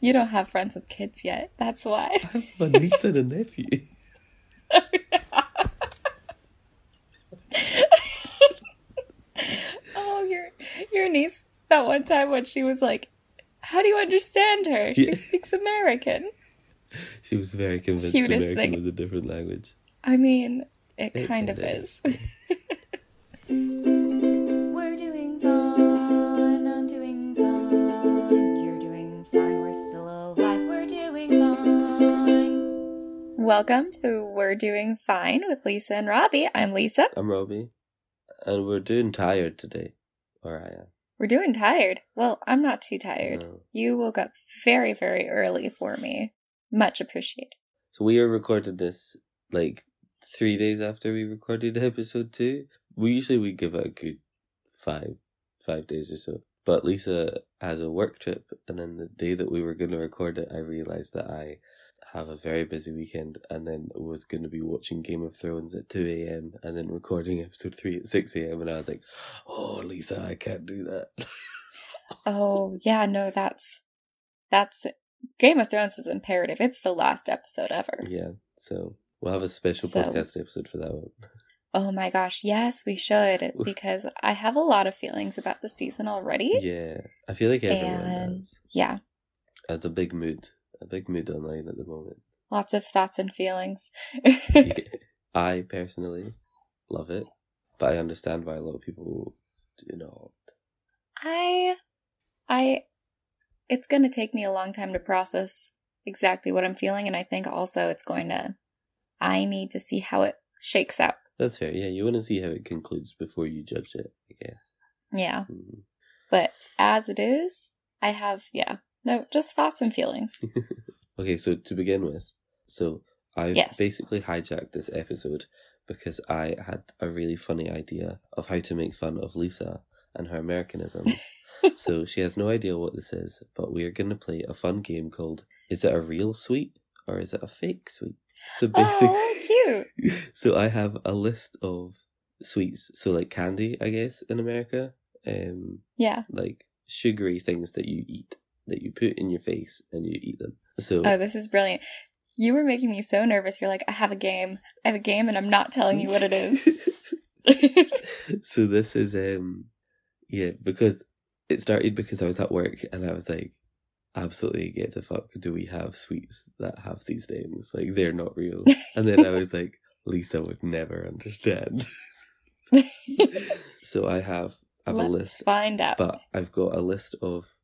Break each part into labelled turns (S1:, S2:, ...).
S1: You don't have friends with kids yet. That's why.
S2: I have a niece and a nephew.
S1: Oh, your your niece that one time when she was like, "How do you understand her? She
S2: Yeah.
S1: speaks American."
S2: She was very convinced
S1: Cutest
S2: American
S1: thing.
S2: was a different language.
S1: I mean, it,
S2: It
S1: kind of
S2: kinda
S1: is.
S3: We're doing fine. I'm doing fine. You're doing fine. We're still alive. We're doing fine.
S1: Welcome to We're Doing Fine with Lisa and Robbie. I'm Lisa.
S2: I'm Robbie, and we're doing tired today. Or I am. Um,
S1: We're doing tired. Well, I'm not too tired.
S2: No.
S1: You woke up very, very early for me. Much appreciated.
S2: So we are recording this like three days after we recorded episode two. We usually we give it a good five, five days or so. But Lisa has a work trip, and then the day that we were going to record it, I realized that I have a very busy weekend, and then was going to be watching Game of Thrones at two a.m. and then recording episode three at six a.m. And I was like, "Oh, Lisa, I can't do that."
S1: Oh yeah, no, that's that's Game of Thrones is imperative. It's the last episode ever.
S2: yeah, so we'll have a special
S1: So-
S2: podcast episode for that one.
S1: Oh my gosh, yes, we should because I have a lot of feelings about the season already.
S2: Yeah, I feel like everyone
S1: And-
S2: does.
S1: Yeah.
S2: as a big mood, a big mood online at the moment.
S1: Lots of thoughts and feelings.
S2: I personally love it, but I understand why a lot of people do not.
S1: I I it's going to take me a long time to process exactly what I'm feeling and I think also it's going to I need to see how it shakes out.
S2: That's fair. Yeah, you want to see how it concludes before you judge it. I guess.
S1: Yeah.
S2: Mhm.
S1: But as it is, I have yeah. No, just thoughts and feelings.
S2: Okay, so to begin with, so I
S1: Yes.
S2: basically hijacked this episode because I had a really funny idea of how to make fun of Lisa and her Americanisms. so she has no idea what this is, but we are going to play a fun game called Is it a real sweet or is it a fake sweet? So basically,
S1: Oh, cute.
S2: so I have a list of sweets, so like candy, I guess, in America, um,
S1: Yeah.
S2: like sugary things that you eat, that you put in your face and you eat them. So
S1: Oh, this is brilliant. You were making me so nervous. You're like, I have a game. I have a game and I'm not telling you what it is.
S2: so this is um yeah, because it started because I was at work and I was like, absolutely get the fuck do we have sweets that have these names? Like they're not real. And then I was like, Lisa would never understand. so I have I have
S1: Let's
S2: a list
S1: find out.
S2: but I've got a list of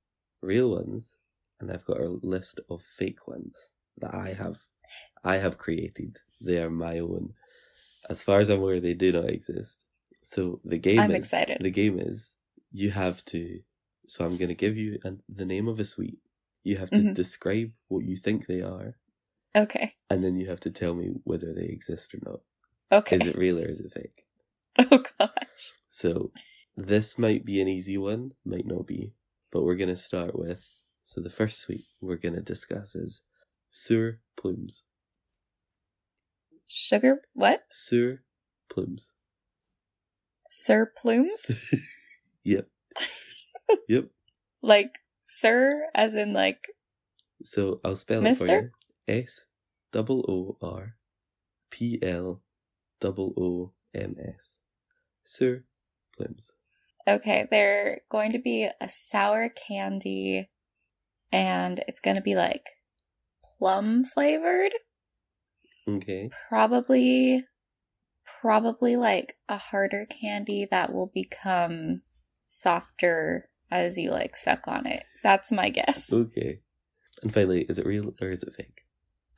S2: real ones and I've got a list of fake ones that I have I have created. They are my own. As far as I'm aware, they do not exist. So the game
S1: I'm
S2: is
S1: excited.
S2: the game is you have to so I'm gonna give you an, the name of a sweet. You have to
S1: Mhm.
S2: describe what you think they are,
S1: okay.
S2: and then you have to tell me whether they exist or not.
S1: Okay.
S2: Is it real or is it fake?
S1: Oh gosh.
S2: So this might be an easy one, might not be, but we're gonna start with so the first sweet we're gonna discuss is sur plumes.
S1: Sugar what?
S2: Sur plumes.
S1: Sir plumes?
S2: yep. yep.
S1: Like sir as in like
S2: So I'll spell it
S1: Mister?
S2: for you. S double O R P L double O M S. Sur plumes.
S1: okay, they're going to be a sour candy and it's gonna be like plum flavored.
S2: Okay.
S1: Probably probably like a harder candy that will become softer as you like suck on it. That's my guess.
S2: Okay. And finally, is it real or is it fake?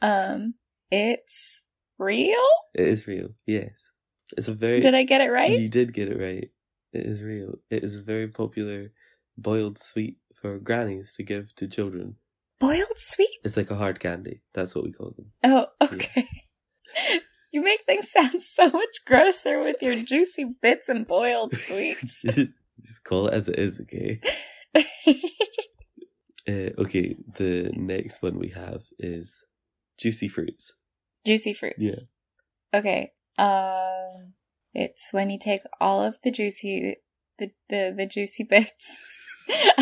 S1: Um it's real?
S2: It is real. Yes. It's a very
S1: Did I get it right?
S2: You did get it right. It is real. It is a very popular boiled sweet for grannies to give to children.
S1: Boiled sweet
S2: It's like a hard candy. That's what we call them.
S1: Oh, okay. You make things sound so much grosser with your juicy bits and boiled sweets.
S2: Just call it as it is, okay? Uh, okay, the next one we have is juicy fruits.
S1: juicy fruits.
S2: Yeah.
S1: Okay. Um it's when you take all of the juicy the the, the juicy bits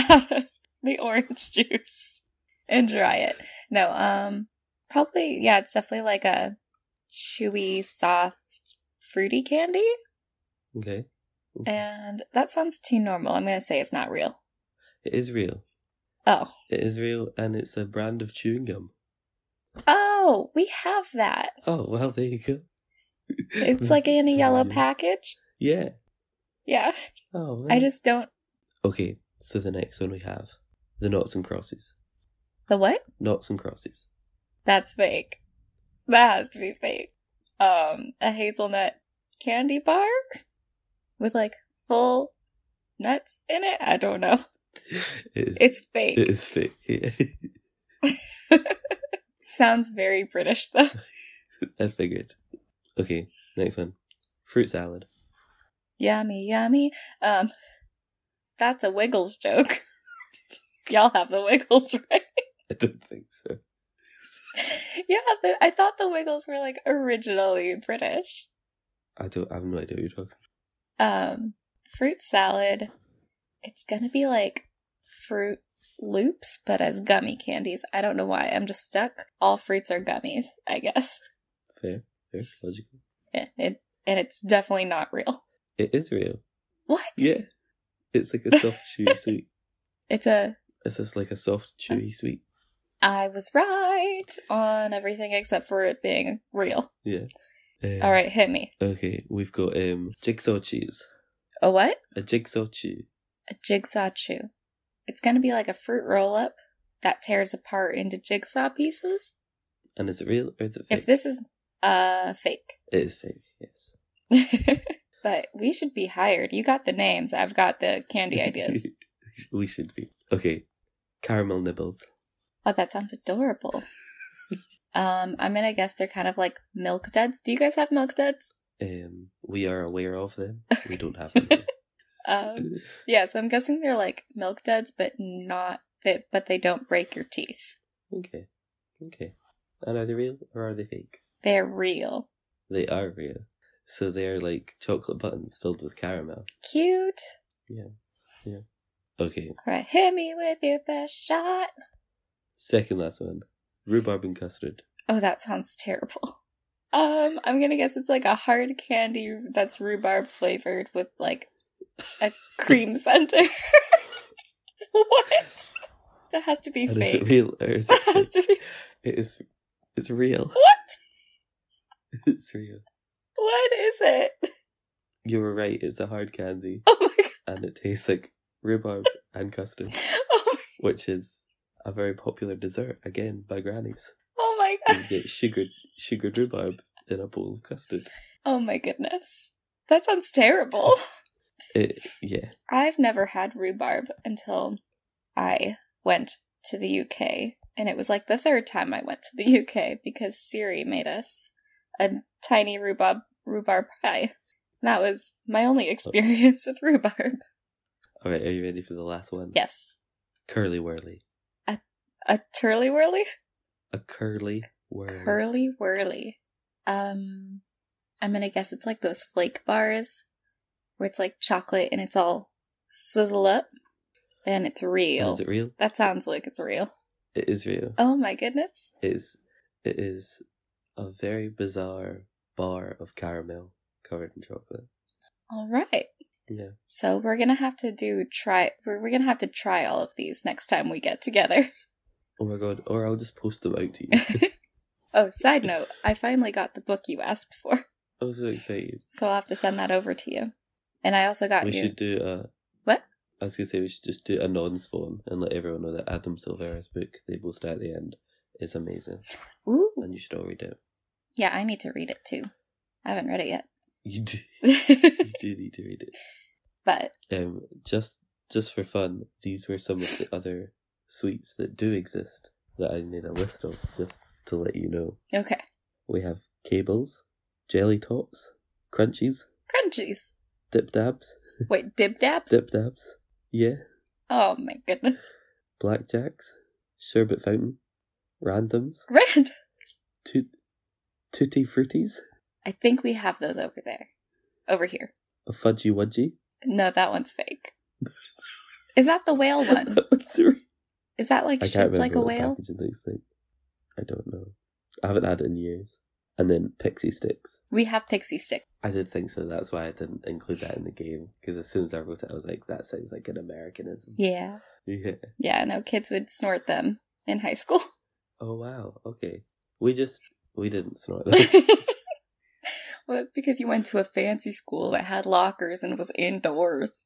S1: out of the orange juice. and dry it. No, um, probably yeah. It's definitely like a chewy, soft, fruity candy,
S2: Okay.
S1: and that sounds too normal. I'm gonna say it's not real.
S2: It is real.
S1: Oh,
S2: It is real, and it's a brand of chewing gum.
S1: oh, we have that.
S2: Oh, well, there you go.
S1: It's like in a yellow package.
S2: Yeah.
S1: Yeah,
S2: Oh,
S1: I
S2: man.
S1: just don't.
S2: Okay, so the next one we have the knots and crosses.
S1: The what?
S2: Knots and crosses.
S1: That's fake. That has to be fake. Um, a hazelnut candy bar with like full nuts in it. I don't know.
S2: It is,
S1: It's fake.
S2: it is fake. Yeah.
S1: Sounds very British though.
S2: I figured. Okay, next one. Fruit salad.
S1: yummy, yummy. Um, that's a Wiggles joke. Y'all have the Wiggles, right?
S2: I don't think so.
S1: yeah, the, I thought the Wiggles were like originally British.
S2: I don't. I have no idea what you're talking.
S1: Um, fruit salad. It's gonna be like fruit loops, but as gummy candies. I don't know why. I'm just stuck. All fruits are gummies, I guess.
S2: Fair, fair, logical.
S1: And, it, and it's definitely not real.
S2: It is real.
S1: What?
S2: Yeah, it's like a soft chewy sweet.
S1: It's a.
S2: It's just like a soft chewy sweet.
S1: I was right on everything except for it being real.
S2: Yeah. Um,
S1: All right, hit me.
S2: Okay, we've got um jigsaw cheese.
S1: A what?
S2: A jigsaw chew.
S1: A jigsaw chew. It's gonna be like a fruit roll up that tears apart into jigsaw pieces.
S2: And is it real or is it fake?
S1: If this is uh fake.
S2: it is fake. Yes.
S1: but we should be hired. You got the names. I've got the candy ideas.
S2: we should be. Okay. Caramel nibbles.
S1: oh, that sounds adorable. Um, I'm gonna guess they're kind of like milk duds. Do you guys have milk duds?
S2: Um, we are aware of them. We don't have them. here.
S1: Um, yeah, so I'm guessing they're like milk duds, but not that, but they don't break your teeth.
S2: okay. Okay. And are they real or are they fake?
S1: They're real,
S2: They are real. So they are like chocolate buttons filled with caramel.
S1: cute.
S2: Okay.
S1: All right, hit me with your best shot.
S2: Second last one. Rhubarb and custard.
S1: Oh, that sounds terrible. Um, I'm gonna guess it's like a hard candy that's rhubarb flavored with like a cream center. what? That has to be
S2: And is it
S1: fake.
S2: real or is it
S1: That has to
S2: fake?
S1: be
S2: It is it's real.
S1: what?
S2: It's real.
S1: What is it?
S2: You were right, it's a hard candy.
S1: Oh my god!
S2: And it tastes like rhubarb and custard,
S1: Oh my,
S2: which is a very popular dessert again by grannies.
S1: oh my god!
S2: you get sugared sugared rhubarb in a bowl of custard.
S1: Oh my goodness! That sounds terrible.
S2: It, Uh, yeah,
S1: I've never had rhubarb until I went to the UK. And it was like the third time I went to the UK because Siri made us a tiny rhubarb rhubarb pie. That was my only experience with rhubarb.
S2: all right. Are you ready for the last one?
S1: Yes.
S2: Curly whirly,
S1: A turly whirly?
S2: a curly whirly.
S1: Curly whirly. Um I'm gonna guess it's like those flake bars where it's like chocolate and it's all swizzle up and it's
S2: And
S1: real.
S2: Oh, is it real?
S1: That sounds like it's real.
S2: It is real.
S1: Oh my goodness.
S2: It is. It is a very bizarre bar of caramel covered in chocolate.
S1: All right.
S2: Yeah.
S1: So we're gonna have to do try. We're, we're gonna have to try all of these next time we get together.
S2: Oh my god! Or I'll just post them out to you.
S1: oh, side note: I finally got the book you asked for,
S2: I'm so excited.
S1: so I'll have to send that over to you. And I also got
S2: We
S1: you.
S2: should do a.
S1: What?
S2: I was gonna say we should just do a non-spawn and let everyone know that Adam Silvera's book, "They Will Stay at the End," is amazing,
S1: Ooh,
S2: and you should all read it.
S1: yeah, I need to read it too. I haven't read it
S2: You do.
S1: yet.
S2: You do need to read it.
S1: but
S2: um, just just for fun, these were some of the other sweets that do exist that I made a list of, just to let you know.
S1: okay,
S2: We have cables, jelly tots, crunchies,
S1: crunchies.
S2: dip dabs,
S1: Wait, dib dabs.
S2: dip dabs, yeah,
S1: Oh my goodness,
S2: blackjacks, sherbet fountain, randoms,
S1: Rand.
S2: toot, tutti fruities,
S1: I think we have those over there, over here.
S2: a fudgy wudgy.
S1: No, that one's fake. Is that the whale one?
S2: That one's real.
S1: Is that like
S2: I can't
S1: shaped
S2: remember
S1: like a
S2: what
S1: whale?
S2: package it looks like. I don't know. I haven't had it in years. And then pixie sticks.
S1: We have pixie stick.
S2: I did think so. That's why I didn't include that in the game because as soon as I wrote it, I was like, "That sounds like an Americanism."
S1: Yeah.
S2: Yeah.
S1: Yeah, no kids would snort them in high school.
S2: Oh wow. Okay. We just we didn't snort
S1: well,
S2: them.
S1: it's because you went to a fancy school that had lockers and was indoors.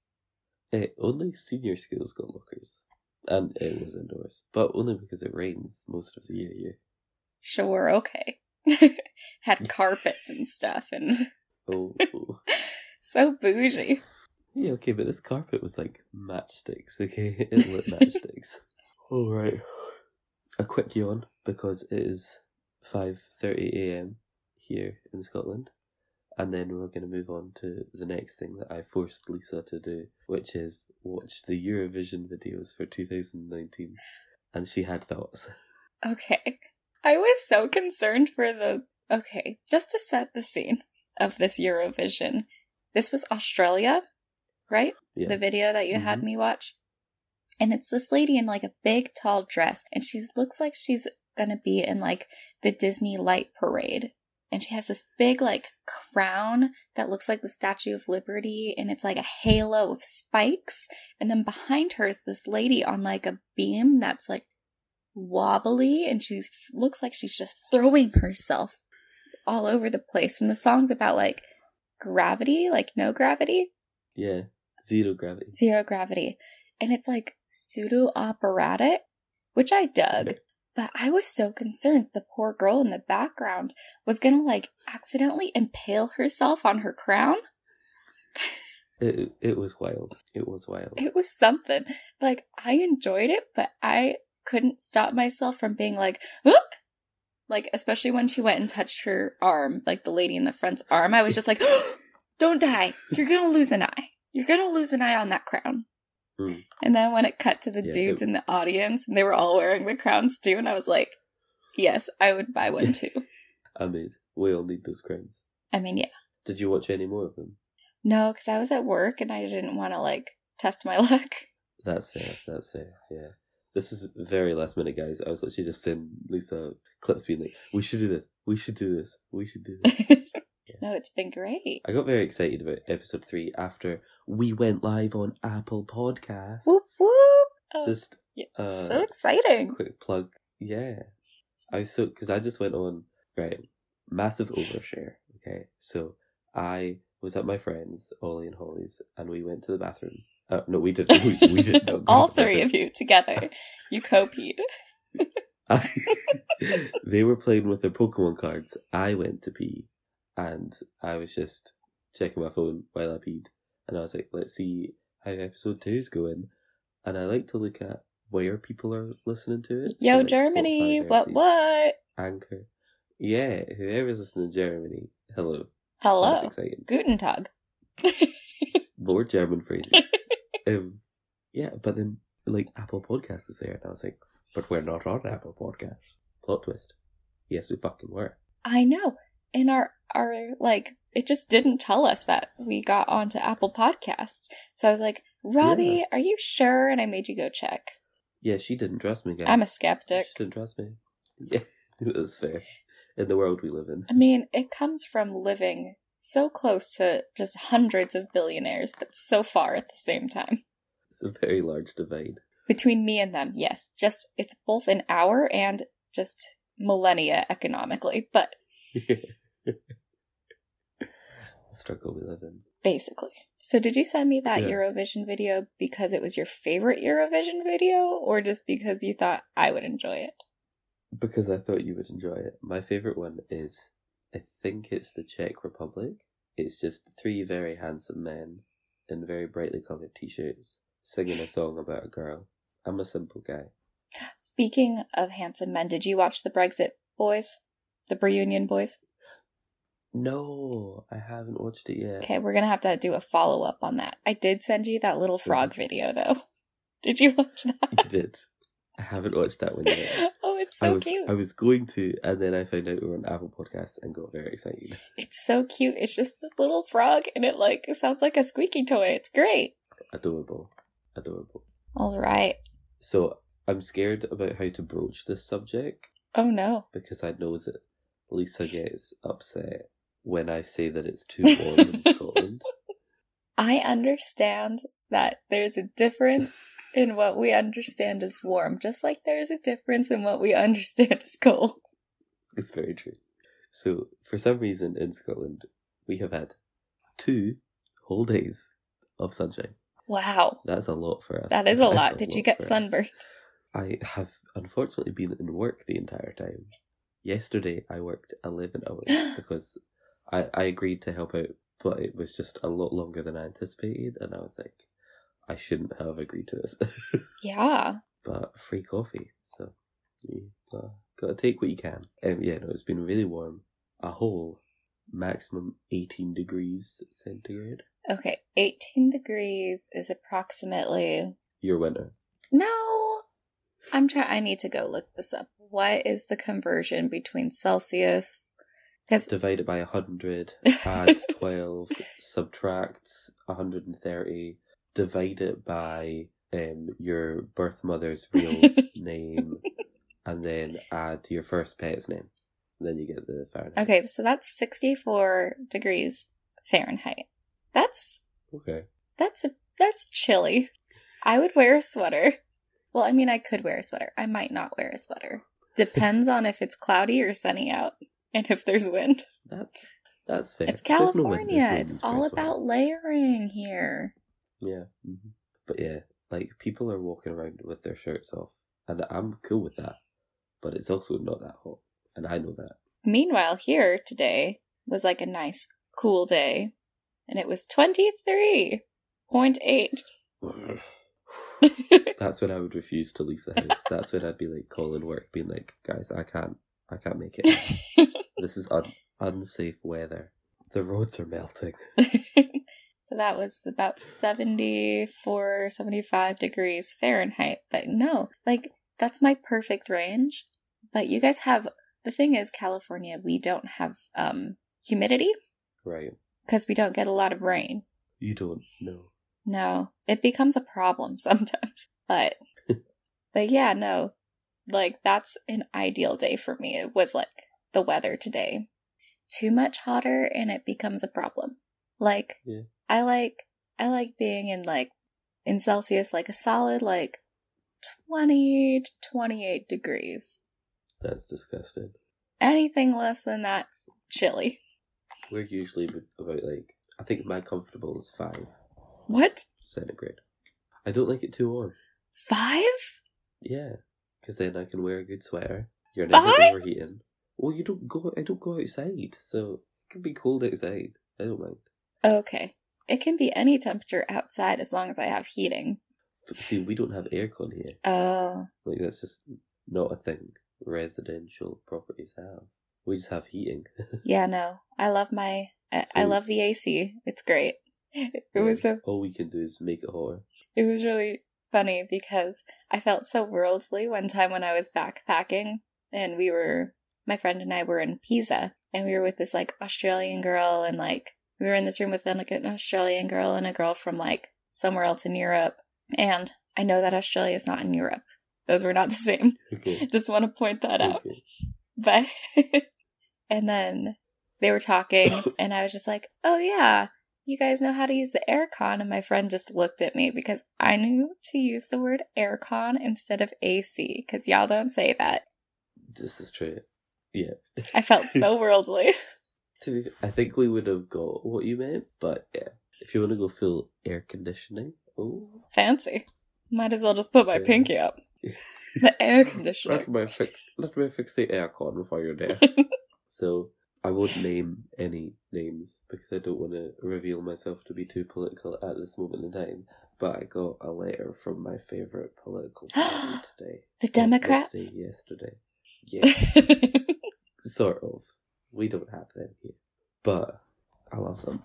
S2: Eh, only senior schools got lockers, and it was indoors, but only because it rains most of the year. Yeah.
S1: Sure, okay. had carpets and stuff and
S2: Oh, oh.
S1: so bougie.
S2: yeah. Okay, but this carpet was like matchsticks. Okay, it lit matchsticks. All right. A quick yawn because it is five thirty a.m. here in Scotland, and then we're going to move on to the next thing that I forced Lisa to do, which is watch the Eurovision videos for two thousand nineteen, and she had thoughts.
S1: Okay. I was so concerned for the. Okay, just to set the scene of this Eurovision, this was Australia, right?
S2: Yeah.
S1: The video that you had
S2: Mhm.
S1: me watch. And it's this lady in like a big tall dress, and she looks like she's gonna be in like the Disney light parade. And she has this big like crown that looks like the Statue of Liberty, and it's like a halo of spikes. And then behind her is this lady on like a beam that's like wobbly and she looks like she's just throwing herself all over the place and the song's about like gravity like no gravity
S2: Yeah, zero gravity.
S1: zero gravity and it's like pseudo operatic which i dug but i was so concerned the poor girl in the background was gonna like accidentally impale herself on her crown
S2: It, it was wild. It was wild.
S1: it was something like i enjoyed it but i couldn't stop myself from being like "Huh?" like especially when she went and touched her arm like the lady in the front's arm i was just like don't die you're gonna lose an eye you're gonna lose an eye on that crown
S2: Mm.
S1: and then when it cut to the
S2: Yeah,
S1: dudes
S2: it-
S1: in the audience and they were all wearing the crowns too and i was like yes i would buy one too
S2: I mean, we all need those crowns.
S1: i mean yeah
S2: Did you watch any more of them?
S1: no because i was at work and i didn't want to like test my luck
S2: That's fair. That's fair. Yeah. This was very last minute, guys. I was literally just sending Lisa clips being like, we should do this. We should do this. We should do this.
S1: no it's been great
S2: I got very excited about episode three after we went live on Apple Podcasts.
S1: whoop whoop Oh.
S2: Just
S1: Yeah,
S2: Uh,
S1: so exciting.
S2: quick plug. Yeah. I was so because I just went on right massive overshare. Okay, so I was at my friends Ollie and Holly's, and we went to the bathroom. Uh, no, we didn't. We, we didn't. No,
S1: All three of you together. You copied.
S2: they were playing with their Pokemon cards. I went to pee, and I was just checking my phone while I peed, and I was like, "Let's see how episode two's going." And I like to look at where people are listening to it. so,
S1: Yo,
S2: like,
S1: Germany,
S2: Spotify
S1: what
S2: versus-
S1: what?
S2: Anchor. Yeah, whoever's listening to Germany, hello. That's
S1: Hello.
S2: exciting.
S1: Guten Tag.
S2: More German phrases. um, yeah, but then like Apple Podcasts was there, and I was like, but we're not on Apple Podcasts. Plot twist. Yes, we fucking were.
S1: I know. And our our like it just didn't tell us that we got onto Apple Podcasts. So I was like, Robbie, are you sure? And I made you go check.
S2: Yeah, she didn't trust me, guys.
S1: I'm a skeptic.
S2: She didn't trust me. Yeah, that's fair. In the world we live in.
S1: I mean, it comes from living so close to just hundreds of billionaires, but so far at the same time.
S2: It's a very large divide.
S1: between me and them yes just it's both an hour and just millennia economically but
S2: the struggle we live in.
S1: basically so did you send me that
S2: Yeah.
S1: eurovision video because it was your favorite eurovision video or just because you thought i would enjoy it
S2: Because I thought you would enjoy it. My favourite one is, I think it's the Czech Republic. It's just three very handsome men in very brightly coloured t shirts singing a song about a girl. I'm a simple guy.
S1: speaking of handsome men did you watch the brexit boys the reunion boys
S2: No, I haven't watched it yet.
S1: okay we're gonna have to do a follow-up on that i did send you that little frog
S2: Mm-hmm.
S1: video though did you watch that
S2: You did. I haven't watched that one yet.
S1: oh it's
S2: I
S1: so
S2: was
S1: cute
S2: I was going to, and then I found out we were on Apple Podcasts and got very excited.
S1: It's so cute. It's just this little frog and it like sounds like a squeaky toy. It's great.
S2: Adorable, adorable.
S1: All right.
S2: So I'm scared about how to broach this subject
S1: Oh no.
S2: because I know that Lisa gets upset when I say that it's too warm in Scotland.
S1: I understand that there's a difference in what we understand as warm, just like there is a difference in what we understand as cold.
S2: It's very true. So, for some reason in Scotland, we have had two whole days of sunshine.
S1: Wow.
S2: That's a lot for us.
S1: That is a
S2: That's
S1: lot. Did you
S2: lot
S1: get
S2: for us.
S1: sunburned?
S2: I have unfortunately been in work the entire time. Yesterday, I worked 11 hours because I, I agreed to help out, but it was just a lot longer than I anticipated, and I was like, I shouldn't have agreed to this.
S1: Yeah.
S2: but free coffee, so you uh, gotta take what you can. Um, yeah, no, it's been really warm. A whole maximum 18 degrees centigrade.
S1: Okay. 18 degrees is approximately.
S2: Your winter.
S1: No. I'm trying. I need to go look this up. What is the conversion between Celsius? Because
S2: divided by 100, add 12, subtract 130, divide it by um, your birth mother's real name, and then add your first pet's name. Then you get the Fahrenheit.
S1: okay, so that's 64 degrees Fahrenheit. That's
S2: Okay.
S1: That's a, that's chilly. I would wear a sweater. Well, I mean, I could wear a sweater. I might not wear a sweater. Depends on if it's cloudy or sunny out and if there's wind.
S2: That's that's fair.
S1: It's
S2: There's no wind,
S1: California.
S2: there's no
S1: it's
S2: wind,
S1: all
S2: there's no
S1: about
S2: wind.
S1: layering here.
S2: Yeah. hmm But yeah, like people are walking around with their shirts off, and I'm cool with that. But it's also not that hot, and I know that.
S1: Meanwhile, here today was like a nice cool day and it was 23.8.
S2: That's when I would refuse to leave the house. That's when I'd be like calling work, being like, "Guys, I can't, I can't make it. This is un- unsafe weather. The roads are melting."
S1: so that was about 74 75 degrees fahrenheit but no like that's my perfect range but you guys have the thing is california we don't have um humidity
S2: Right?
S1: because we don't get a lot of rain
S2: You don't know.
S1: no it becomes a problem sometimes but but yeah no like that's an ideal day for me it was like the weather today too much hotter and it becomes a problem like
S2: Yeah.
S1: i like i like being in like in celsius like a solid like 20 to 28 degrees
S2: That's disgusting.
S1: anything less than that's chilly
S2: We're usually b- about like I think my comfortable is five
S1: what
S2: centigrade. I don't like it too warm.
S1: five
S2: Yeah, because then I can wear a good sweater. You're never
S1: Five?
S2: overheating. Well, you don't go. I don't go outside, so it can be cold outside. I don't mind.
S1: okay it can be any temperature outside as long as i have heating
S2: But see, we don't have aircon here.
S1: oh
S2: Like that's just not a thing residential properties have. We just have heating.
S1: Yeah, no. I love my I, I
S2: So-
S1: love the AC. It's great. It was so
S2: all we can do is make it hotter.
S1: it was really funny because I felt so worldly one time when I was backpacking and we were my friend and I were in Pisa and we were with this like Australian girl and like we were in this room with like an Australian girl and a girl from like somewhere else in Europe and I know that Australia is not in Europe. Those were not the same.
S2: Okay.
S1: Just want to point that out
S2: Okay.
S1: but and then they were talking and i was just like oh yeah you guys know how to use the aircon and my friend just looked at me because i knew to use the word aircon instead of ac because y'all don't say that
S2: This is true. Yeah.
S1: i felt so worldly
S2: To be, I think we would have got what you meant, but yeah. If you want to go full air conditioning, oh,
S1: fancy might as well just put my
S2: Yeah.
S1: pinky up the air
S2: let
S1: conditioner
S2: me fix let me fix the aircon for you there. so I won't name any names because I don't want to reveal myself to be too political at this moment in time. But I got a letter from my favorite political party today.
S1: the
S2: Well, not
S1: democrats
S2: today, yesterday. Yeah, sort of. We don't have them here, but I love them.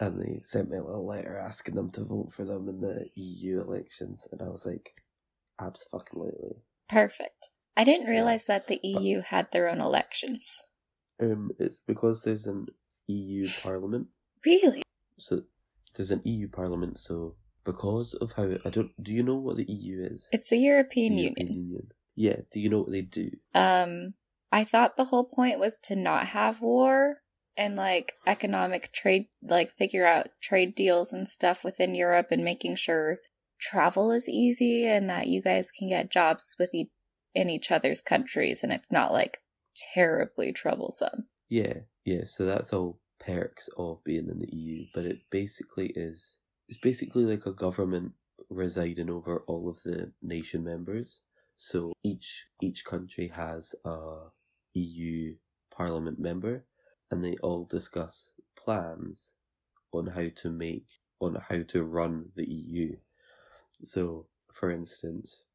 S2: And they sent me a little letter asking them to vote for them in the EU elections, and I was like, absolutely.
S1: perfect i didn't realize that the eu had their own elections
S2: Um, it's because there's an EU Parliament.
S1: really
S2: So there's an EU E Parliament, so because of how I don't. Do you know what the EU is?
S1: It's the European
S2: The
S1: Union.
S2: Union. Yeah. Do you know what they do?
S1: Um, I thought the whole point was to not have war and like economic trade, like figure out trade deals and stuff within Europe and making sure travel is easy and that you guys can get jobs with e- in each other's countries and it's not like terribly troublesome.
S2: Yeah, yeah. So that's all perks of being in the EU, but it basically is. It's basically like a government residing over all of the nation members. So each each country has a EU parliament member, and they all discuss plans on how to make on how to run the EU. So, for instance,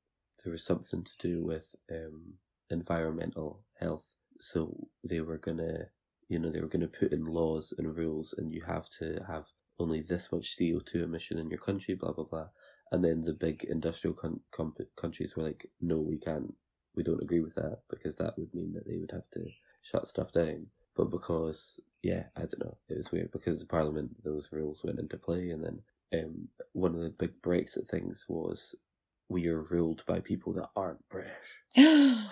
S2: there was something to do with um, environmental health. So they were gonna, you know, they were gonna put in laws and rules, and you have to have only this much CO two emission in your country, blah blah blah. And then the big industrial con- com- countries were like, no, we can't, we don't agree with that because that would mean that they would have to shut stuff down. But because, yeah, I don't know, it was weird because the parliament those rules went into play, and then um, one of the big Brexit things was we are ruled by people that aren't British.
S1: I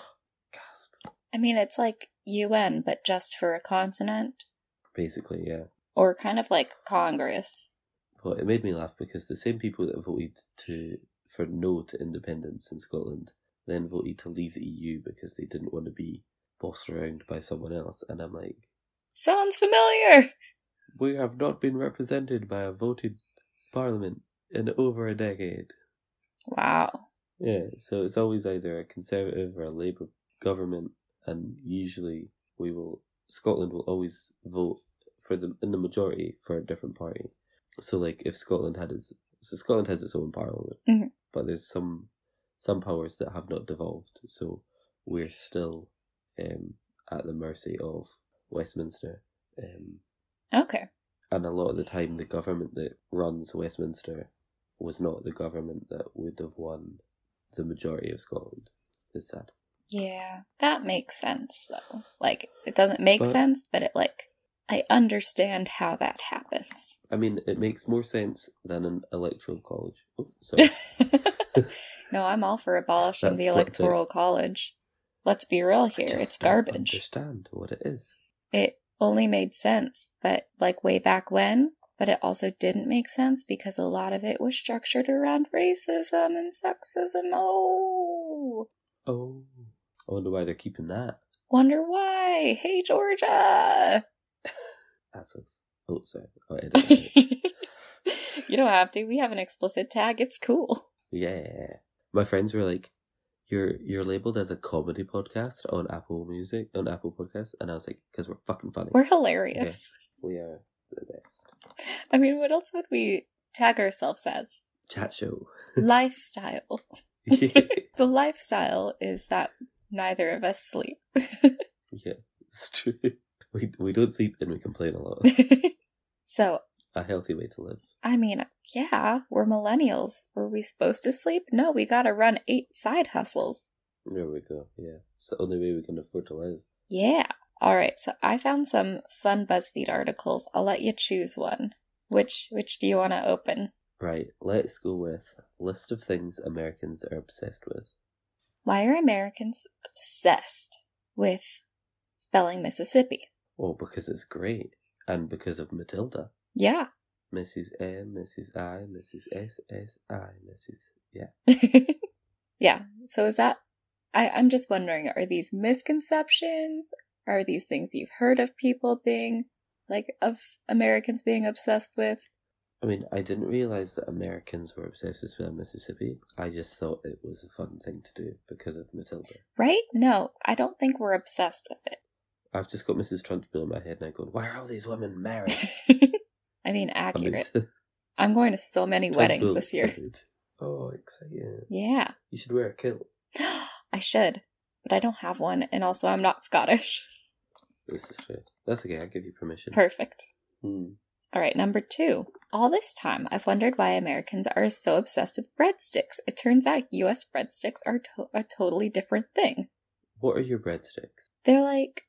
S2: Gasp.
S1: mean, it's like UN, but just for a continent
S2: Basically, yeah.
S1: or kind of like Congress.
S2: Well, it made me laugh because the same people that voted to for no to independence in Scotland then voted to leave the EU because they didn't want to be bossed around by someone else. And I'm like,
S1: Sounds familiar.
S2: we have not been represented by a voted parliament in over a decade.
S1: Wow.
S2: Yeah, so it's always either a Conservative or a Labour government, and usually we will Scotland will always vote for the in the majority for a different party. So like if Scotland had its so Scotland has its own parliament,
S1: Mhm.
S2: but there's some some powers that have not devolved, so we're still um, at the mercy of Westminster. Um,
S1: Okay.
S2: and a lot of the time the government that runs Westminster was not the government that would have won the majority of Scotland. It's sad.
S1: Yeah, that makes sense though. Like it doesn't make
S2: But-
S1: sense, but it like I understand how that happens.
S2: I mean, it makes more sense than an electoral college. Oh, sorry.
S1: no, I'm all for abolishing
S2: That
S1: the
S2: flipped it.
S1: electoral college. Let's be real
S2: I
S1: here.
S2: just
S1: It's
S2: don't
S1: garbage.
S2: Understand what it is.
S1: It only made sense, but like way back when, but it also didn't make sense because a lot of it was structured around racism and sexism. Oh,
S2: Oh, I wonder why they're keeping that.
S1: wonder why. Hey, Georgia.
S2: Assholes. Oh, sorry. Oh, edit, edit.
S1: you don't have to. We have an explicit tag. It's cool.
S2: yeah. My friends were like, "You're you're labeled as a comedy podcast on Apple Music on Apple Podcasts," and I was like, "Cause we're fucking funny.
S1: We're hilarious.
S2: we are the best."
S1: I mean, what else would we tag ourselves as?
S2: Chat show.
S1: lifestyle.
S2: yeah.
S1: The lifestyle is that neither of us sleep.
S2: It's true. We, we don't sleep and we complain a lot.
S1: so,
S2: a healthy way to live.
S1: I mean, yeah, we're millennials. Were we supposed to sleep? No, we gotta run eight side hustles.
S2: There we go. Yeah. It's the only way we can afford to live.
S1: Yeah. All right. So I found some fun BuzzFeed articles. I'll let you choose one. Which which do you want to open?
S2: Right. Let's go with list of things Americans are obsessed with.
S1: Why are Americans obsessed with spelling Mississippi?
S2: Oh, because it's great. And because of Matilda.
S1: Yeah.
S2: Mrs. M, Mrs. I, Mrs. S, S, I, Mrs. Yeah.
S1: yeah. So is that I, I'm just wondering, are these misconceptions? Are these things you've heard of people being like of Americans being obsessed with?
S2: I mean, I didn't realize that Americans were obsessed with spelling Mississippi. I just thought it was a fun thing to do because of Matilda.
S1: Right? No, I don't think we're obsessed with
S2: I've just got Mrs. Trunchbull in my head now going, why are all these women married?
S1: it. I mean,
S2: I mean,
S1: accurate. I'm going to so many weddings this year.
S2: Oh, exciting.
S1: Yeah.
S2: You should wear a kilt.
S1: I should, but I don't have one. And also, I'm not Scottish.
S2: This is true. That's okay, I give you permission.
S1: Perfect.
S2: Hmm.
S1: All right, number two. All this time, I've wondered why Americans are so obsessed with breadsticks. It turns out US breadsticks are to- a totally different thing.
S2: What are your breadsticks?
S1: They're like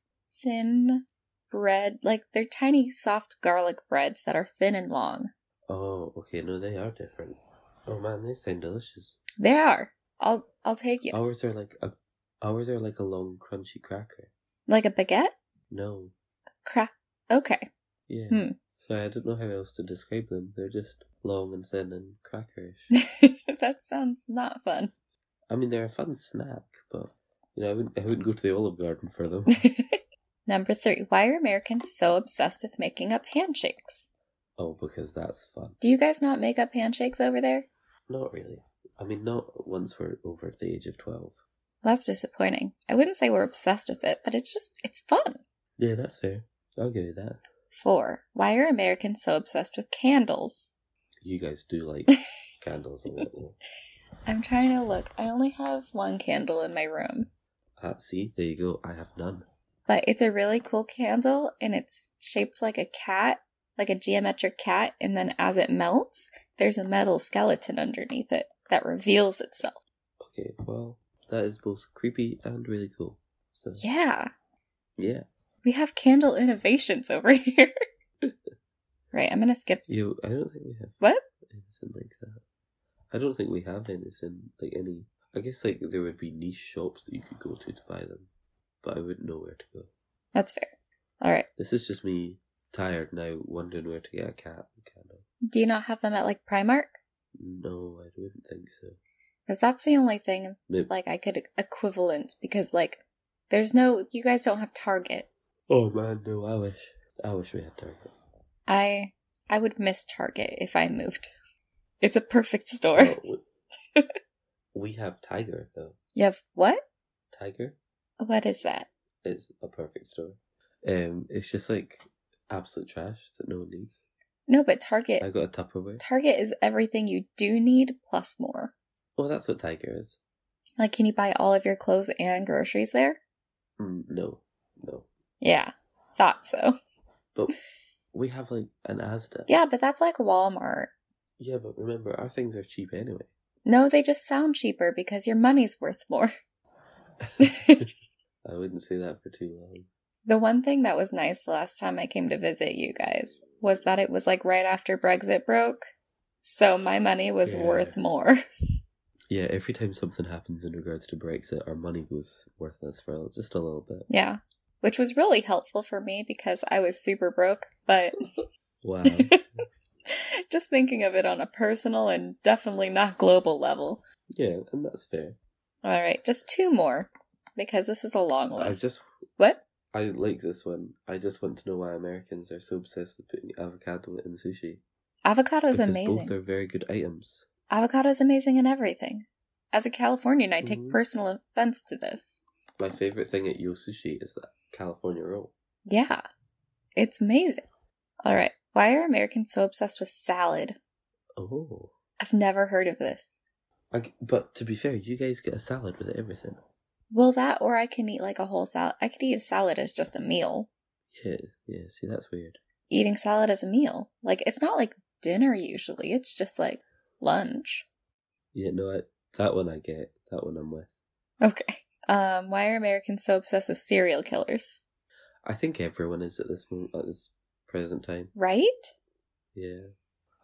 S1: thin bread, like they're tiny, soft garlic breads that are thin and long.
S2: Oh, okay, no, they are different. Oh man, they sound delicious.
S1: They are. I'll I'll take you.
S2: Ours are like a ours are like a long crunchy cracker.
S1: Like a baguette?
S2: No.
S1: Crack okay.
S2: Yeah.
S1: Hmm.
S2: So I don't know how else to describe them. They're just long and thin and crackerish.
S1: that sounds not fun.
S2: I mean, they're a fun snack, but you know, I wouldn't I wouldn't go to the Olive Garden for them.
S1: Number three, why are Americans so obsessed with making up handshakes?
S2: oh, because that's fun.
S1: Do you guys not make up handshakes over there?
S2: Not really. I mean, not once we're over the age of twelve.
S1: Well, that's disappointing. I wouldn't say we're obsessed with it, but it's just, it's fun.
S2: Yeah, that's fair. I'll give you that.
S1: Four, why are Americans so obsessed with candles?
S2: You guys do like candles a lot. though.
S1: I'm trying to look. I only have one candle in my room,
S2: Ah, see, there you go. I have none.
S1: but it's a really cool candle and it's shaped like a cat, like a geometric cat. And then as it melts, there's a metal skeleton underneath it that reveals itself.
S2: Okay, well, that is both creepy and really cool. So
S1: Yeah.
S2: yeah,
S1: We have candle innovations over here. right, I'm gonna skip. s-
S2: you. I don't think we have
S1: What?
S2: anything like that. I don't think we have anything like any. I guess like there would be niche shops that you could go to to buy them, but I wouldn't know where to go.
S1: That's fair. All right.
S2: This is just me tired now, wondering where to get a cat candle.
S1: Do you not have them at like Primark?
S2: No, I wouldn't think so.
S1: Because that's the only thing
S2: Maybe.
S1: like I could equivalent. Because like, there's no. You guys don't have Target.
S2: oh man, no! I wish. I wish we had Target.
S1: I I would miss Target if I moved. It's a perfect store.
S2: Well, we- we have Tiger though.
S1: You have what?
S2: Tiger.
S1: What is that?
S2: It's a perfect store. Um, it's just like absolute trash that no one needs.
S1: No, but Target.
S2: I got a Tupperware.
S1: Target is everything you do need plus more.
S2: Oh, that's what Tiger is.
S1: Like, can you buy all of your clothes and groceries there?
S2: Mm, no, no.
S1: Yeah, thought so.
S2: But we have like an Asda.
S1: Yeah, but that's like Walmart.
S2: Yeah, but remember our things are cheap anyway.
S1: No, they just sound cheaper because your money's worth more.
S2: I wouldn't say that for too long.
S1: The one thing that was nice the last time I came to visit you guys was that it was like right after Brexit broke. So my money was
S2: Yeah.
S1: worth more.
S2: Yeah, every time something happens in regards to Brexit, our money goes worthless for just a little bit.
S1: Yeah. Which was really helpful for me because I was super broke, but
S2: Wow.
S1: just thinking of it on a personal and definitely not global level.
S2: yeah, and that's fair.
S1: All right, just two more because this is a long list.
S2: I just
S1: What?
S2: I like this one. I just want to know why Americans are so obsessed with putting avocado in sushi.
S1: Avocado is
S2: because
S1: amazing.
S2: Both are very good items.
S1: Avocado is amazing in everything. As a Californian, I take
S2: Mhm.
S1: personal offense to this.
S2: My favorite thing at Yo Sushi is that California roll.
S1: Yeah, it's amazing. All right, why are Americans so obsessed with salad?
S2: Oh,
S1: I've never heard of this.
S2: I g but to be fair, you guys get a salad with everything.
S1: Well, that or I can eat like a whole salad. I could eat a salad as just a meal.
S2: Yeah, yeah. See, that's weird.
S1: Eating salad as a meal. Like, it's not like dinner usually, it's just like lunch.
S2: Yeah, no, I, that one I get. That one I'm with.
S1: Okay. Um, why are Americans so obsessed with serial killers?
S2: I think everyone is at this moment, at this present time.
S1: Right?
S2: Yeah,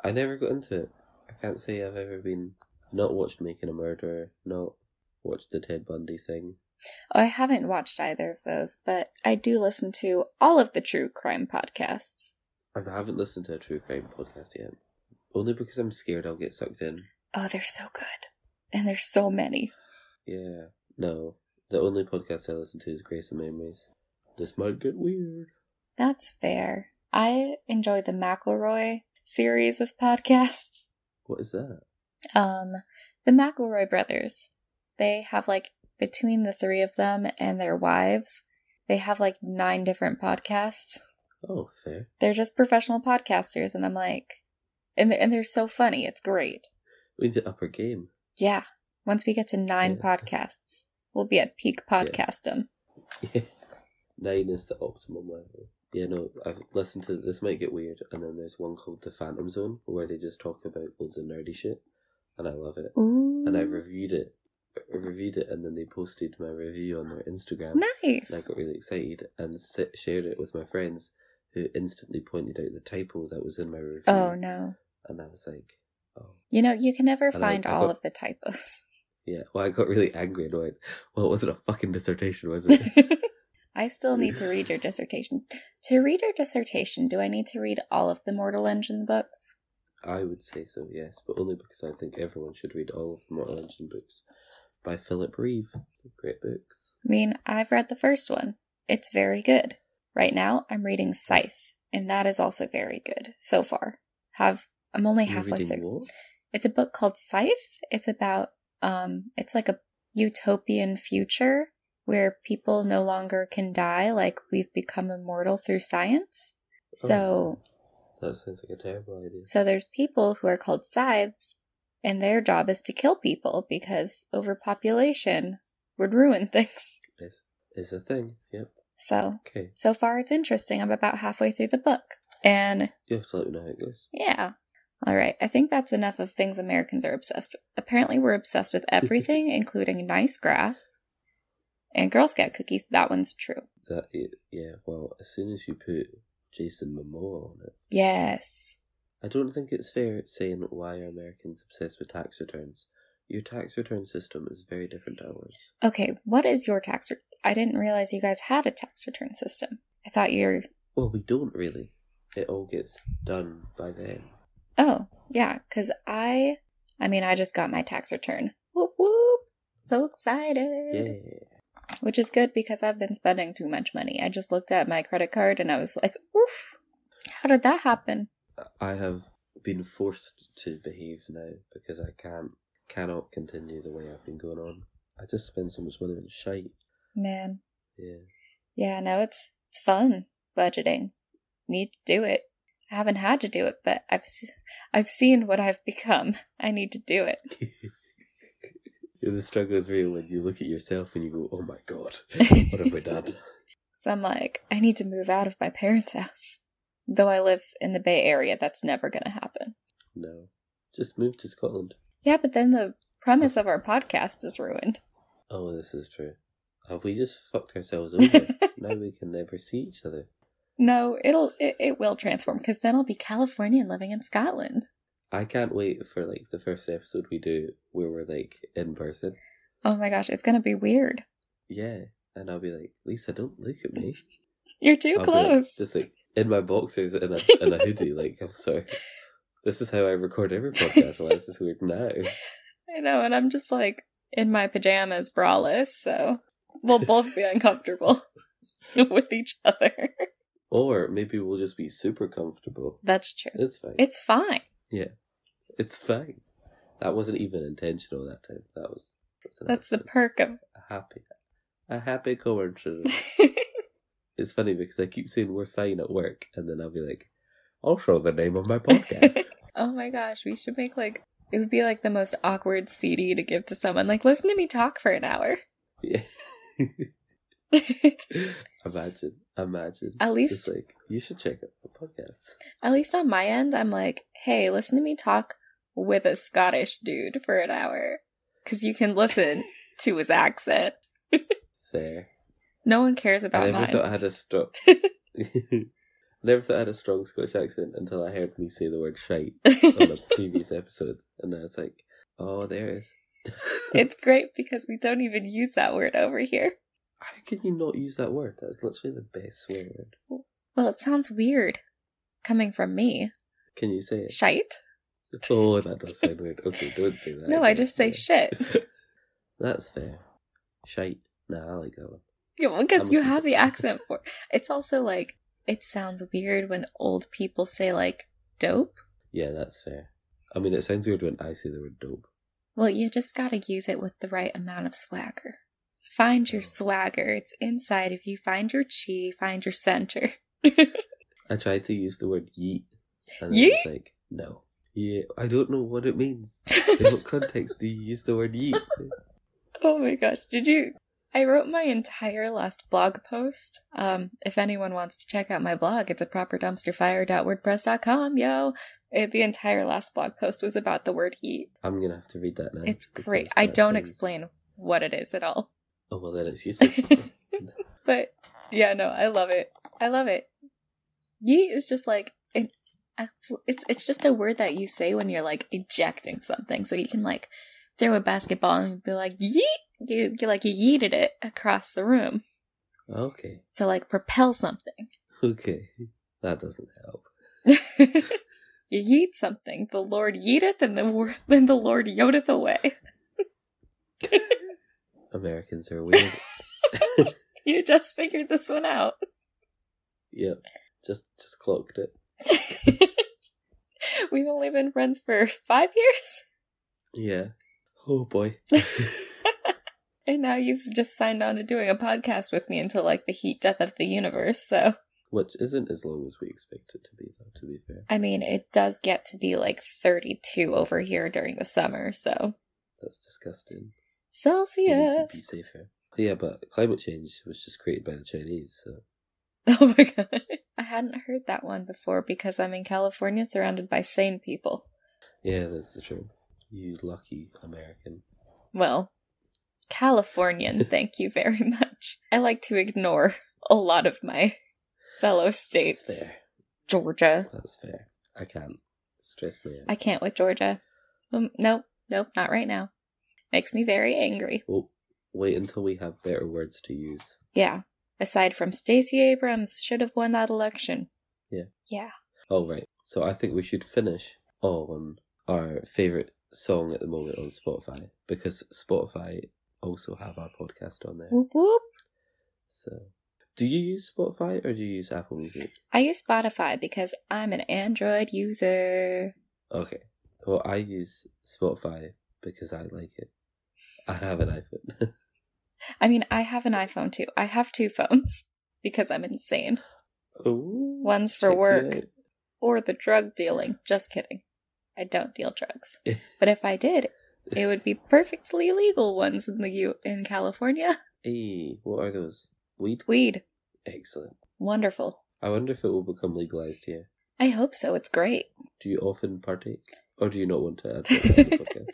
S2: I never got into it. I can't say I've ever been not watched Making a Murderer, not watched the Ted Bundy thing.
S1: Oh, I haven't watched either of those, but I do listen to all of the true crime podcasts.
S2: I haven't listened to a true crime podcast yet, only because I'm scared I'll get sucked in.
S1: Oh, they're so good. And there's so many.
S2: Yeah. No. The only podcast I listen to is Grace and Memories. This might get weird.
S1: That's fair. I enjoy the McElroy series of podcasts.
S2: What is that?
S1: Um, the McElroy brothers. They have like between the three of them and their wives, they have like nine different podcasts.
S2: Oh, fair.
S1: They're just professional podcasters, and I'm like, and they're, and they're so funny. It's great.
S2: We need to up our game.
S1: Yeah. Once we get to nine
S2: Yeah.
S1: podcasts, we'll be at peak podcastdom.
S2: Yeah. Nine is the optimum level. Yeah, no, I've listened to This Might Get Weird, and then there's one called The Phantom Zone, where they just talk about loads of nerdy shit, and I love it.
S1: Ooh.
S2: And I reviewed it. I reviewed it, and then they posted my review on their Instagram.
S1: nice.
S2: And I got really excited and si- shared it with my friends, who instantly pointed out the typo that was in my review.
S1: oh, no.
S2: and I was like, Oh,
S1: You know, you can never
S2: And I-
S1: find
S2: I
S1: all
S2: got-
S1: of the typos.
S2: yeah. Well, I got really angry and went, well, it wasn't a fucking dissertation, was it?
S1: I still need to read your dissertation. To read your dissertation, do I need to read all of the Mortal Engine books?
S2: I would say so, yes, but only because I think everyone should read all of the Mortal Engine books by Philip Reeve. Great books.
S1: I mean, I've read the first one. It's very good. Right now, I'm reading Scythe, and that is also very good so far. Have I'm only
S2: You're
S1: halfway
S2: reading
S1: through.
S2: what?
S1: It's a book called Scythe. It's about um it's like a utopian future where people no longer can die like we've become immortal through science. So,
S2: Oh, that sounds like a terrible idea.
S1: so there's people who are called scythes and their job is to kill people because overpopulation would ruin things.
S2: It's, it's a thing. Yep.
S1: So,
S2: Okay.
S1: so far it's interesting. I'm about halfway through the book. And
S2: You have to let me know how it goes.
S1: yeah. All right. I think that's enough of things Americans are obsessed with. Apparently, we're obsessed with everything, including nice grass and Girl Scout cookies. That one's true.
S2: That it, yeah. Well, as soon as you put Jason Momoa on it,
S1: Yes.
S2: I don't think it's fair saying why are Americans obsessed with tax returns. Your tax return system is very different to ours.
S1: Okay. What is your tax? Re- I didn't realize you guys had a tax return system. I thought you're
S2: Well, we don't really. It all gets done by then.
S1: Oh, yeah, cuz I I mean, I just got my tax return. Whoop whoop. So excited.
S2: Yeah.
S1: Which is good because I've been spending too much money. I just looked at my credit card and I was like, "Oof. How did that happen?"
S2: I have been forced to behave now because I can't cannot continue the way I've been going on. I just spend so much money on shite.
S1: Man.
S2: Yeah.
S1: Yeah, no, it's it's fun budgeting. Need to do it. I haven't had to do it, but I've se- I've seen what I've become. I need to do it.
S2: Yeah, the struggle is real when you look at yourself and you go, "Oh my god, what have we done?"
S1: So I'm like, I need to move out of my parents' house. Though I live in the Bay Area, that's never going to happen.
S2: No, just move to Scotland.
S1: Yeah, but then the premise of our podcast is ruined.
S2: Oh, this is true. Have we just fucked ourselves over? now we can never see each other.
S1: No, it'll it, it will transform because then I'll be Californian living in Scotland.
S2: I can't wait for like the first episode we do where we're like in person.
S1: Oh my gosh, it's gonna be weird.
S2: Yeah, and I'll be like, "Lisa, don't look at me."
S1: You're too
S2: I'll be, like,
S1: close.
S2: just like in my boxers and a, and a hoodie. Like, I'm sorry. This is how I record every podcast. Why is this weird now?
S1: I know, and I'm just like in my pajamas, braless, so we'll both be uncomfortable with each other.
S2: Or maybe we'll just be super comfortable.
S1: That's true.
S2: It's fine.
S1: It's fine.
S2: It's fine. That wasn't even intentional that time. That was that was an
S1: That's the
S2: accident.
S1: perk of.
S2: a happy, a happy coincidence. it's funny because I keep saying we're fine at work, and then I'll be like, "I'll show the name of my podcast."
S1: oh my gosh, we should make like it would be like the most awkward CD to give to someone. Like, listen to me talk for an hour.
S2: yeah. imagine, imagine.
S1: At least
S2: Just like you should check out the podcast.
S1: at least on my end, I'm like, hey, listen to me talk with a Scottish dude for an hour. Because you can listen to his accent.
S2: Fair.
S1: No one cares
S2: I
S1: about
S2: never
S1: mine.
S2: thought I had a strong. never thought I had a strong Scottish accent until I heard me say the word shite on a oh, previous episode, and I was like, "Oh, there it is."
S1: it's great because we don't even use that word over here.
S2: How can you not use that word? That's literally the best swear word.
S1: Well, it sounds weird coming from me.
S2: Can you say it?
S1: Shite?
S2: Oh, that does sound weird. Okay, don't say that.
S1: No, I
S2: again.
S1: just say
S2: Yeah.
S1: shit.
S2: That's fair. Shite. Nah, I like that one.
S1: Because
S2: I'm
S1: you
S2: okay.
S1: have the accent for It's also like, it sounds weird when old people say, like, dope.
S2: Yeah, that's fair. I mean, it sounds weird when I say the word dope.
S1: Well, you just gotta use it with the right amount of swagger. Find
S2: Oh.
S1: your swagger. It's inside of you. Find your chi. Find your center.
S2: I tried to use the word yeet, and then it's like, no. Yeah, I don't know what it means. In what context do you use the word yeet?
S1: oh my gosh. Did you? I wrote my entire last blog post. Um, if anyone wants to check out my blog, it's a properdumpsterfire.wordpress.com, yo. Uh, the entire last blog post was about the word heat.
S2: I'm gonna have to read that now.
S1: It's
S2: because
S1: great. I
S2: that
S1: don't
S2: sounds-
S1: explain what it is at all.
S2: Oh well, then it's useless.
S1: But yeah, no, I love it. I love it. Yeet is just like an It's it's just a word that you say when you're like ejecting something, so you can like throw a basketball and be like yeet. You, you like you yeeted it across the room
S2: Okay.
S1: to like propel something.
S2: Okay. That doesn't help.
S1: you yeet something. The Lord yeeteth, and the wor- then the Lord yodeth away.
S2: Americans are weird.
S1: You just figured this one out.
S2: yep. Just just clocked it.
S1: We've only been friends for five years.
S2: Yeah. Oh boy.
S1: And now you've just signed on to doing a podcast with me until like the heat death of the universe. So,
S2: Which isn't as long as we expect it to be though, to be fair.
S1: I mean, it does get to be like 32 over here during the summer. So,
S2: That's disgusting. We need to Be
S1: Celsius.
S2: safer. Yeah, but climate change was just created by the Chinese, so
S1: Oh my God. I hadn't heard that one before because I'm in California surrounded by sane people.
S2: yeah, that's the truth. You lucky American.
S1: Well, Californian, thank you very much. I like to ignore a lot of my fellow
S2: That's
S1: states.
S2: fair.
S1: Georgia.
S2: That's fair. I can't. Stress me out.
S1: I can't with Georgia. Um, nope, nope, not right now. Makes me very angry.
S2: Well, wait until we have better words to use.
S1: Yeah. Aside from Stacey Abrams, should have won that election.
S2: Oh, right. So I think we should finish on our favourite song at the moment on Spotify because Spotify also have our podcast on there.
S1: Whoop whoop.
S2: So, do you use Spotify or do you use Apple Music?
S1: I use Spotify because I'm an Android user.
S2: Okay. Well, I use Spotify because I like it. I have an iPhone.
S1: I mean, I have an iPhone too. I have two phones because I'm insane.
S2: Ooh,
S1: One's for
S2: check me
S1: work.
S2: out.
S1: or the drug dealing. Just kidding. I don't deal drugs. But if I did, it would be perfectly legal ones in the U in California.
S2: Hey, what are those? Weed?
S1: Weed.
S2: Excellent.
S1: Wonderful.
S2: I wonder if it will become legalized here.
S1: I hope so. It's great.
S2: Do you often partake? Or do you not want to advertise on the podcast?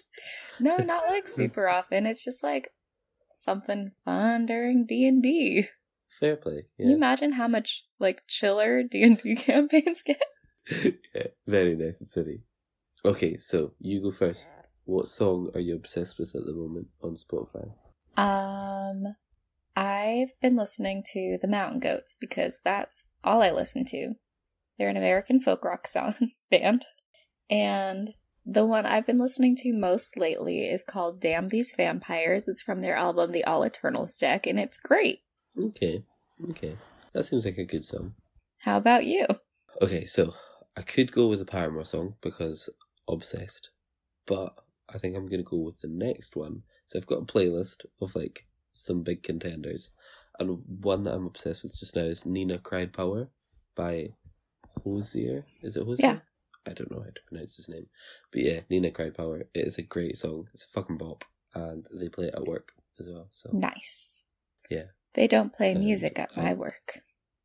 S1: No, not like super often. It's just like something fun during D&D.
S2: Fair play.
S1: Can you imagine how much like chiller D&D campaigns get?
S2: yeah, very necessary. Okay, so you go first. What song are you obsessed with at the moment on Spotify?
S1: Um I've been listening to The Mountain Goats because that's all I listen to. They're an American folk rock song band. And the one I've been listening to most lately is called Damn These Vampires. It's from their album The All Eternals Deck and it's great.
S2: Okay, okay, that seems like a good song.
S1: How about you?
S2: Okay, so I could go with a Paramore song because obsessed, but I think I'm gonna go with the next one. So I've got a playlist of like some big contenders, and one that I'm obsessed with just now is Nina Cried Power by Hosier. Is it Hosier?
S1: Yeah.
S2: I don't know how to pronounce his name, but yeah, Nina Cried Power. It is a great song. It's a fucking bop, and they play it at work as well. So
S1: Nice.
S2: Yeah.
S1: They don't play
S2: Um,
S1: music at my
S2: um,
S1: work.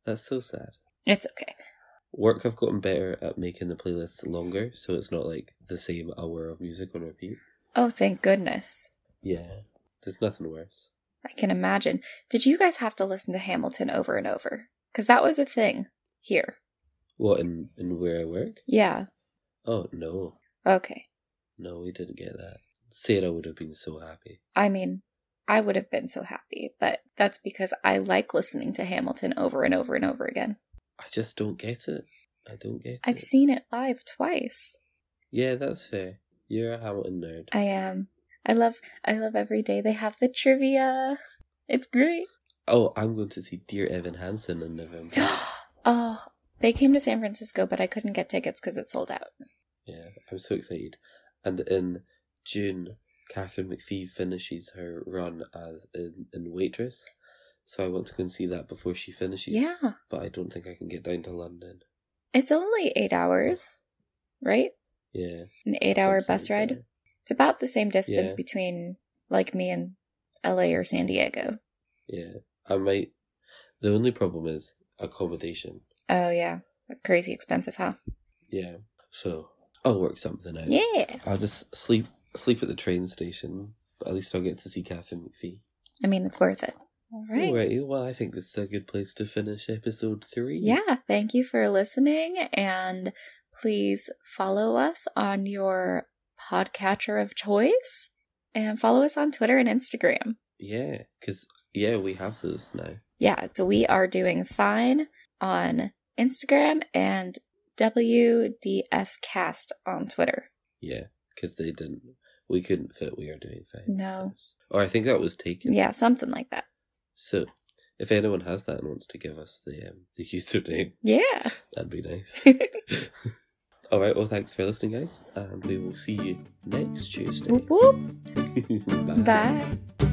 S2: that's so sad.
S1: It's okay.
S2: Work have gotten better at making the playlists longer, so it's not like the same hour of music on repeat.
S1: Oh, thank goodness.
S2: Yeah, there's nothing worse.
S1: I can imagine. Did you guys have to listen to Hamilton over and over? Because that was a thing here.
S2: What in in where I work?
S1: Yeah.
S2: Oh no,
S1: Okay.
S2: no, we didn't get that. Sarah would have been so happy.
S1: I mean, I would have been so happy, but that's because I like listening to Hamilton over and over and over again.
S2: I just don't get it. I don't get
S1: I've
S2: it.
S1: seen it live twice.
S2: yeah, that's fair. You're a Hamilton nerd.
S1: I am. I love I love every day they have the trivia. It's great.
S2: oh, I'm going to see Dear Evan Hansen in November.
S1: oh, they came to San Francisco, but I couldn't get tickets cuz it sold out.
S2: yeah, I'm so excited. And in June, Catherine McPhee finishes her run as in, in waitress. So I want to go and see that before she finishes.
S1: Yeah.
S2: But I don't think I can get down to London.
S1: It's only 8 hours, right?
S2: Yeah.
S1: An 8-hour
S2: something
S1: bus
S2: like
S1: ride.
S2: that.
S1: It's about the same distance
S2: Yeah.
S1: between like me and LA or San Diego.
S2: Yeah, I might. The only problem is accommodation.
S1: Oh yeah. That's crazy expensive, huh?
S2: Yeah, so I'll work something out.
S1: Yeah.
S2: I'll just sleep sleep at the train station. But at least I'll get to see Catherine McPhee.
S1: I mean, it's worth it. All right.
S2: Alrighty, well, I think this is a good place to finish episode three.
S1: Yeah. Thank you for listening and please follow us on your podcatcher of choice and follow us on Twitter and Instagram.
S2: Yeah, because yeah, we have those now.
S1: Yeah, so we are doing fine on Instagram and WDFcast on Twitter.
S2: Yeah, because they didn't. We couldn't fit. We are doing fine.
S1: No.
S2: Or I think that was taken.
S1: Yeah, something like that.
S2: So, if anyone has that and wants to give us the um, the username,
S1: Yeah.
S2: that'd be nice. All right. Well, thanks for listening, guys, and we will see you next Tuesday.
S1: Whoop, whoop.
S2: Bye.
S1: Bye.